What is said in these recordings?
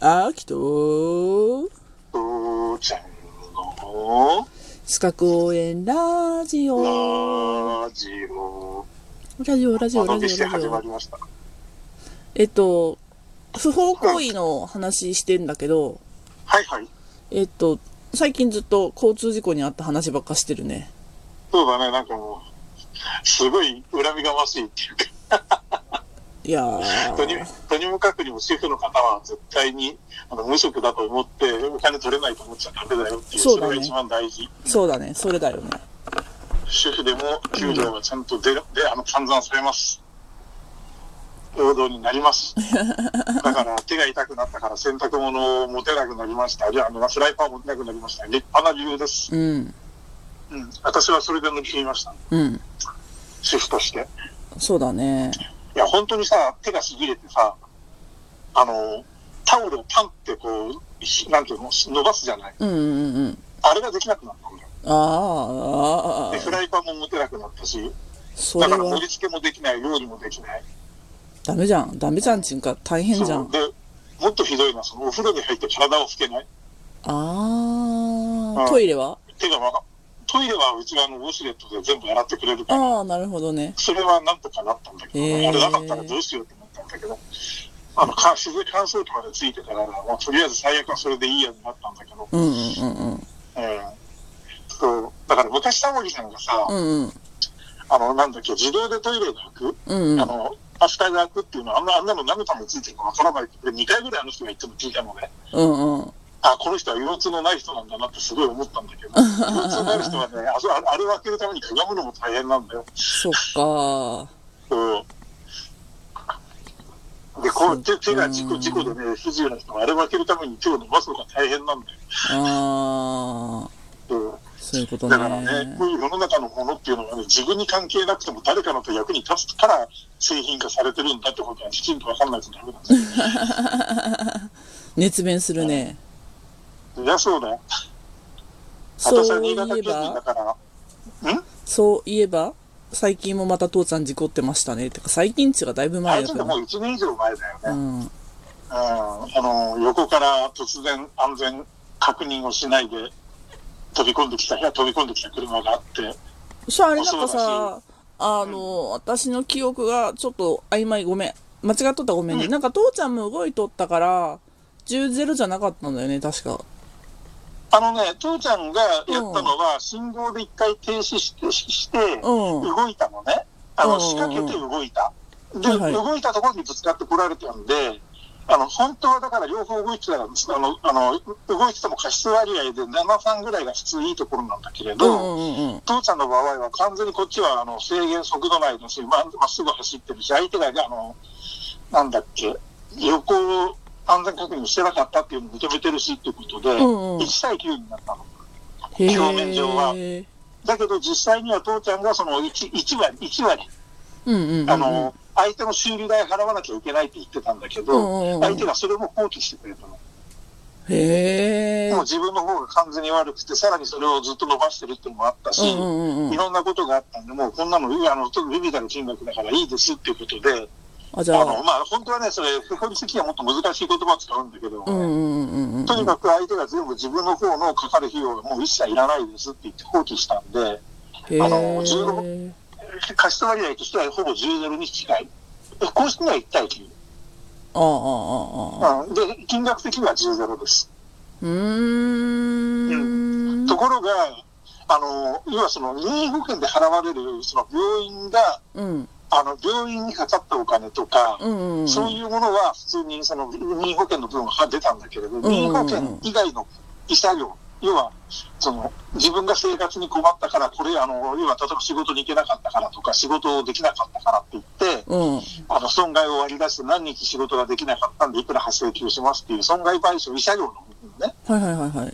秋と、うーちゃんの四角応援ラジオ。ラジオ。ラジオ、ラジおオ、ラ届けしジてオ、ラジ始まオり。ました。えっと、不法行為の話してんだけど、はいはい。えっと、最近ずっと交通事故にあった話ばっかしてるね。そうだね、なんかもう、すごい恨みがましいっていうか、いやーとにとにもかくにも主婦の方は絶対にあの無職だと思って、お金取れないと思っちゃダメだよっていう、そうそだねれが一番大事。そうだね、それだよね。主婦でも給料はちゃんと出る、で、あの、換算されます。労働になり ます。だから、手が痛くなったから洗濯物を持てなくなりました。いや、あの、フライパン持てなくなりました。立派な理由です。うん、うん。私はそれで乗り切りました。うん、主婦として。そうだね。いや、本当にさ、手がしびれてさ、あの、タオルをパンってこう、ひなんていうの、伸ばすじゃない。うん、うん、うん。あれができなくなったんだよ。あーあで、ー、フライパンも持てなくなったし、そだれから盛はり付けもできない、料理もできない。ダメじゃん。ダメじゃんちんか、大変じゃ。そうんで、もっとひどいのは、そのお風呂に入って体を拭けない。あうあ、んトイレは手がわかトイレはうちがあのウォシュレットで全部洗ってくれるから、ああ、なるほどね。それはなんとかなったんだけど、へーあれなかったらどうしようと思ったんだけど、あの、か自然乾燥機までついてたから、まあ、とりあえず最悪はそれでいいやになったんだけど、うんうんうんうん。うんそう、だから昔タモリさんがさ、うんうん。あの、なんだっけ、自動でトイレが開く、うんうあん。の、アフターが開くっていうのは、あんな、あんなの何のためについてるかわからないって、2回ぐらいあの人が言っても聞いたのね。うんうん。あ、この人は憂鬱のない人なんだなってすごい思ったんだけど、憂鬱のない人はね、あそああれを開けるためにかがむのも大変なんだよ。そっかうん。で、こう、手手が事故、事故でね、不自由な人はあれを開けるために手を伸ばすのが大変なんだよ。ー。ああ、うんそういうことだからねね、。こういう世の中のものっていうのはね、自分に関係なくても誰かのと役に立つから製品化されてるんだってことはきちんと分かんないとダメなんですよ。 熱弁するね。いや、そうだよ。そ私はう新い潟え県民だば、から、そういえば、最近もまた父ちゃん事故ってましたね。てか最近っちがだいぶあ前いだつけでども。う1年以上前だよねう。ん。うんあの、横から突然安全確認をしないで飛び込んできた、いや飛び込んできた車があって、そう、あれなんかそさ、あの、私の記憶がちょっと曖昧ごめん。間違っとったらごめんね。うんなんか父ちゃんも動いとったから、10-0じゃなかったんだよね、確か。あのね、父ちゃんがやったのは、信号で一回停止して、ししてうん。動いたのね。あうんの、仕掛けて動いた。で、はいはい動いたところにぶつかってこられたんで、あの、本当はだから両方動いてたら、あの、あの、動いてても過失割合で7、3ぐらいが普通いいところなんだけれうんど、うんうん。父ちゃんの場合は完全にこっちはあの制限速度内だし、ままっすぐ走ってるし、相手があの、なんだっけ、横を安全確認してなかったっていうのを認めてるしっていうことで、んうん1対9になったの。へー表面上はだけど実際には父ちゃんがその 1, 1割、1割、うんうんうんうん。あの、相手の修理代払わなきゃいけないって言ってたんだけうんうんうど、ん相手がそれも放棄してくれたの。へえもう。自分の方が完全に悪くて、さらにそれをずっと伸ばしてるっていうのもあったし、うんうんうんういん。ろんなことがあったんで、もうこんなの、あの、ちょっと微々たる金額だからいいですっていうことで、あ、じあゃの、あ、まあ、本当はね、それ、不法に的にはもっと難しい言葉を使うんだけど、うんうんうんうん。とにかく相手が全部自分の方のかかる費用がもう一切いらないですって言って放棄したんで、へーあの16貸し割合としてはほぼ10ゼロに近い。公式には1対9。ああ、ああ、ああ。うん、で、金額的には10ゼロです。うーん。ところが、あの、要はその任意保険で払われる、その病院が、うん。あの、病院にかかったお金とか、うんうんうん。そういうものは普通にその任意保険の分は出たんだけれど、ん任意保険以外の医者料、要はその自分が生活に困ったから、これあの、要は例えば仕事に行けなかったからとか、仕事をできなかったからって言って、うん。あの損害を割り出して何日仕事ができなかったんで、いくら発生給しますっていう損害賠償、医者料の部分ね。はいはいはいはい。う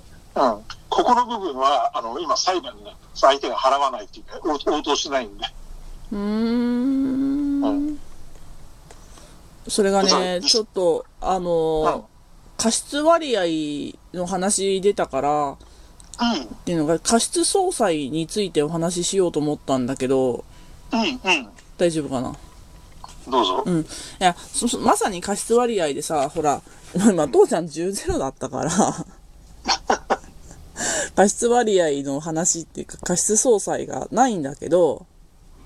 ん。ここの部分は、あの、今裁判になってます、相手が払わないっていうか、応応答しないんで。うーん。それがね、ちょっと、あうんの、。過失割合の話出たから、っていうのが、過失相殺についてお話ししようと思ったんだけど、うん。うん。うん。大丈夫かなどうぞ。うん。いや、そそまさに過失割合でさ、ほら、 今、父ちゃん10-0だったから、 過失割合の話っていうか、過失総裁がないんだけど、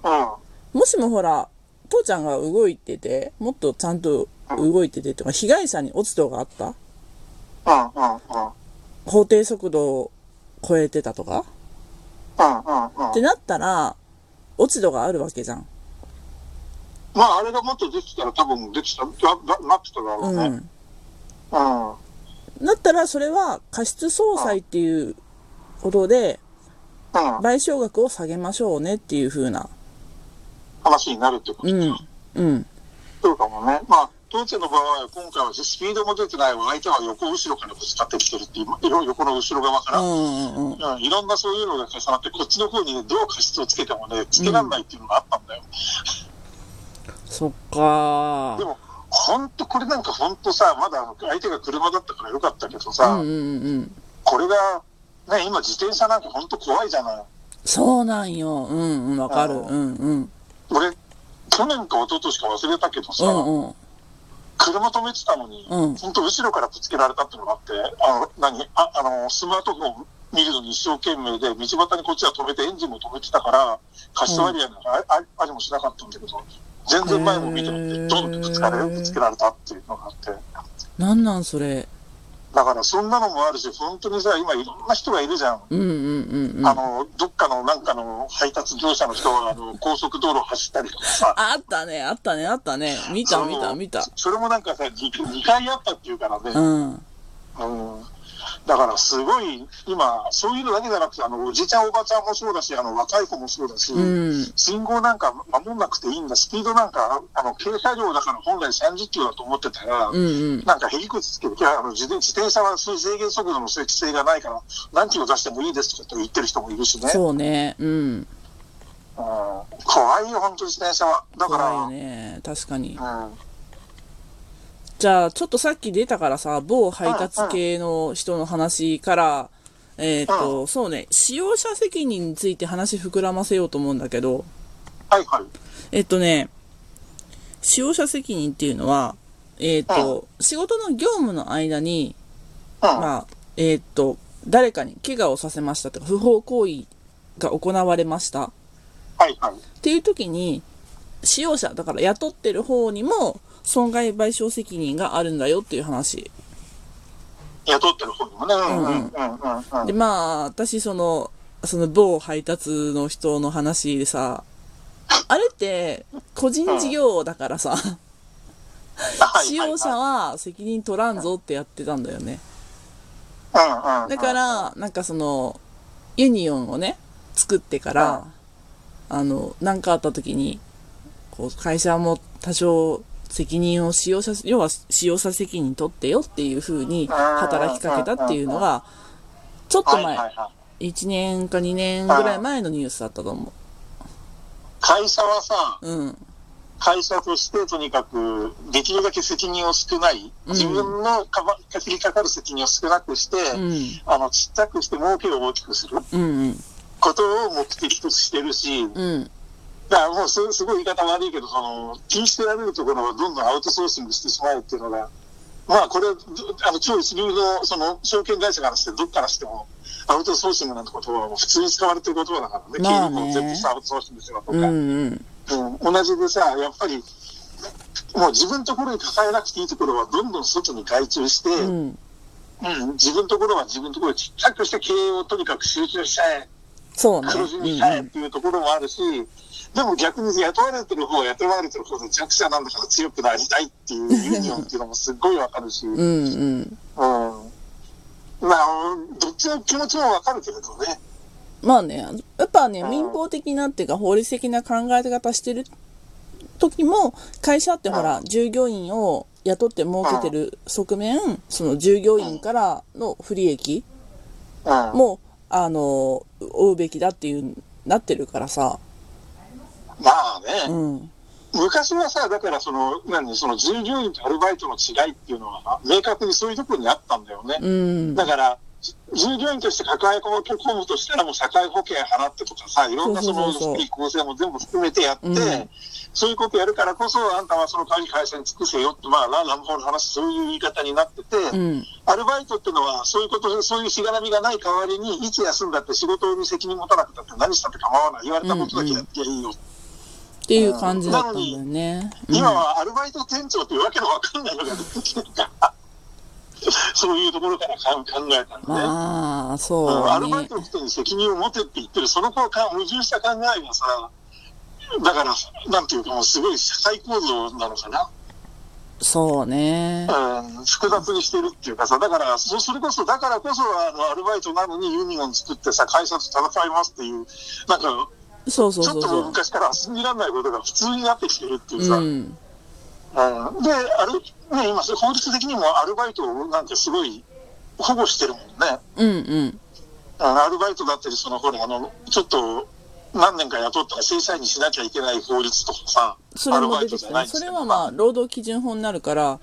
うん。もしもほら、父ちゃんが動いてて、もっとちゃんと動いててとか、被害者に落ち度があったうんうんうん。法定速度を超えてたとかうんうんっうてん。なったら、落ち度があるわけじゃん。まあ、あれがもっと出てたら多分出てた、だだなってただろう。うんね。うん。うん。だったら、それは過失総裁っていうことで、賠償額を下げましょうねっていう風な。話になるってことうですんよ。。うん。そうかもね。まあ、当時の場合は今回はスピードも出てないわ。相手は横後ろからぶつかってきてるっていう、今横の後ろ側かうら。んうんうん。うんいろんなそういうのが重なって、こっちの方にね、どう過失をつけてもね、つけられないっていうのがあったんだよ。そっかでー。も、ほんと、これなんかほんとさ、まだあの相手が車だったからよかったけどさ、うんうんうん。これが、ね、今自転車なんかほんと怖いじゃない。そうなんよ。うんうん、わかる。あーうんうん。俺、去年か一昨年か忘れたけどうさ、んうん。車止めてたのに、うんほんと後ろからぶつけられたってのがあって、あの、何ああの、スマートフォン見るのに一生懸命で、道端にこっちは止めてエンジンも止めてたから、カシス割合なんかあ,、ありもしなかったんだけど、全然前も見てもって、ドンってぶつかれへる、ーぶつけられたっていうのがあって。なんなんそれ。だからそんなのもあるし、本当にさ、今いろんな人がいるじゃん。うんうんうんうん。あの、どっかのなんかの配達業者の人があの高速道路を走ったりとかさ。あったね、あったね、あったね。見た、その見た、見た。それもなんかさ、2, 回あったっていうからね。うん。うんだからすごい、今、そういうのだけじゃなくて、あの、おじいちゃんおばちゃんもそうだし、あの、若い子もそうだし、うん。信号なんか守んなくていいんだ、スピードなんか、あの、軽車両だから本来30キロだと思ってたら、うんうん。なんかへりくつつけて、いやあの自転自転車はそういう制限速度の適性がないから、何キロ出してもいいですとかって言ってる人もいるしね。うんそうね。うん。怖いよ、本当に自転車は。だから、怖いよね。確かに。うん。じゃあ、ちょっとさっき出たからさ、某配達系の人の話から、えっ、と、そうね、使用者責任について話膨らませようと思うんだけど、はいはい。えっとね、使用者責任っていうのは、えっ、と、仕事の業務の間に、うん。まあ、えーっと、誰かに怪我をさせましたとか、不法行為が行われましたっはいはい。ていう時に、使用者、だから雇ってる方にも、損害賠償責任があるんだよっていう話。雇ってる方にもね。うんうんうんうんうん。で、まあ、私、その、その某配達の人の話でさ、あれって、個人事業だからさ、はい使用者はいは責任取らんぞってやってたんだよね。はいうんうんうんだから、なんかその、ユニオンをね、作ってから、あの、なんかあった時に、こう、会社も多少責任を使用者、要は使用者責任取ってよっていう風に働きかけたっていうのが、ちょっとはい前、はいはい1年か2年ぐらい前のニュースだったと思会社はさ、う。うん。会社としてとにかく、できるだけ責任を少ない、自分のかば、かりかかる責任を少なくして、うん。あの、ちっちゃくして儲けを大きくするうんことを目的としてるし、うん。うん。だからもうすすごい言い方悪いけど、その、気にしてられるところはどんどんアウトソーシングしてしまうっていうのが、まあこれ、どあの、超一流の、その、証券会社からして、どっからしても、アウトソーシングなんて言葉はもう普通に使われてる言葉だからね、経まあ理ねも全部さアウトソーシングしろとか、うんうん。うん同じでさ、やっぱり、もう自分のところに抱えなくていいところはどんどん外に外注して、ううんん。自分のところは自分のところでちっちゃくして経営をとにかく集中しちゃえ、そうね。黒字うんにしたいっうん。ていうところもあるし、でも逆に雇われてる方は雇われてる方で弱者なんだから強くなりたいっていうユニオンっていうのもすっごいわかるし、うん。まうんうん。あ、どっちの気持ちもわかるけれどね。まあね、やっぱね、うん民法的なっていうか法律的な考え方してる時も、会社ってほら、従業員を雇って儲けてる側面、その従業員からの不利益うん。も、あの、負うべきだっていう、なってるからさ。まあうね、ん。昔はさ、だからその、何、その従業員とアルバイトの違いっていうのは、明確にそういうところにあったんだよね。うん。だから、従業員として抱え込むとしたら、もう社会保険払ってとかさ、いろんなそそうそのうそうそう福利厚生も全部含めてやって、うんそういうことやるからこそ、あんたはその代わり会社に尽くせよって、まあ、ランランボーの話、そういう言い方になってて、うん。アルバイトってのは、そういうこと、そういうしがらみがない代わりに、いつ休んだって仕事に責任持たなくたって何したって構わない。言われたことだけやっていいよ。っていう感じだったんだよね。うん今はアルバイト店長ってわけのわかんないのが出てきてるから、 そういうところからかん考えたんで、ね。まあ、そううんアルバねイ。トの人に責任を持てって言ってる、その子か矛盾した考えがさ、だから、なんていうか、もうすごい社会構造なのかな。そうね。うん複雑にしてるっていうかさ、だから、そそれこそ、だからこそ、あの、アルバイトなのにユニオン作ってさ、会社と戦いますっていう、なんか、そうそうちょそうっともうそ昔から信じられないことが普通になってきてるっていうう。さ、うん。うんで、あれ、ね、今、それ法律的にもアルバイトをなんてすごい保護してるもんね。うんうん。うんアルバイトだったり、その、ほら、あの、ちょっと、何年か雇ったら正社員にしなきゃいけない法律とかさ、そアれルもバイ出トてじきゃたないね。んでそすれけどはまあ、労働基準法になるから、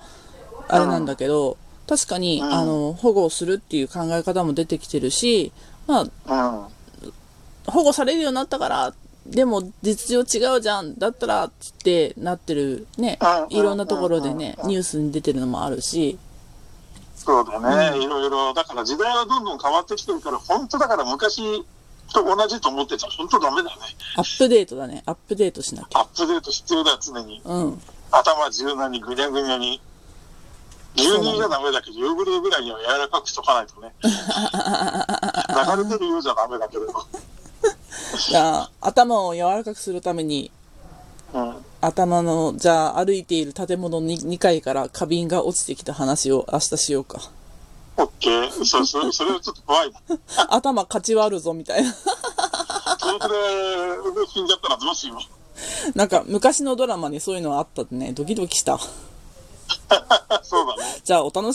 あれなんだけど、確かに、うんあの、保護をするっていう考え方も出てきてるし、まあ、うん。保護されるようになったから、でも実情違うじゃん、だったら、つってなってるねうんうん、いろんなところでねうんう、んニュースに出てるのもあるし、そうだね、いろいろ、だから時代はどんどん変わってきてるから、本当だから昔と同じと思ってたら、本当ダメだね。アップデートだね、アップデートしなきゃ。アップデート必要だよ、常に。うん。頭柔軟にぐにゃぐにゃに。牛乳じゃダメだけど、ヨーグルトぐらいには柔らかくしとかない とね。流れてるようじゃダメだけど。じゃあ、頭を柔らかくするために、うん。頭の、じゃあ歩いている建物の 2, 階から花瓶が落ちてきた話を明日しようか。オッケー。そう、それ、それはちょっと怖いな。 頭勝ちはあるぞみたいな。遠くで死んじゃったらどうしよう。 なんか昔のドラマにそういうのあったってね、ドキドキした。そうだね。じゃあお楽しみに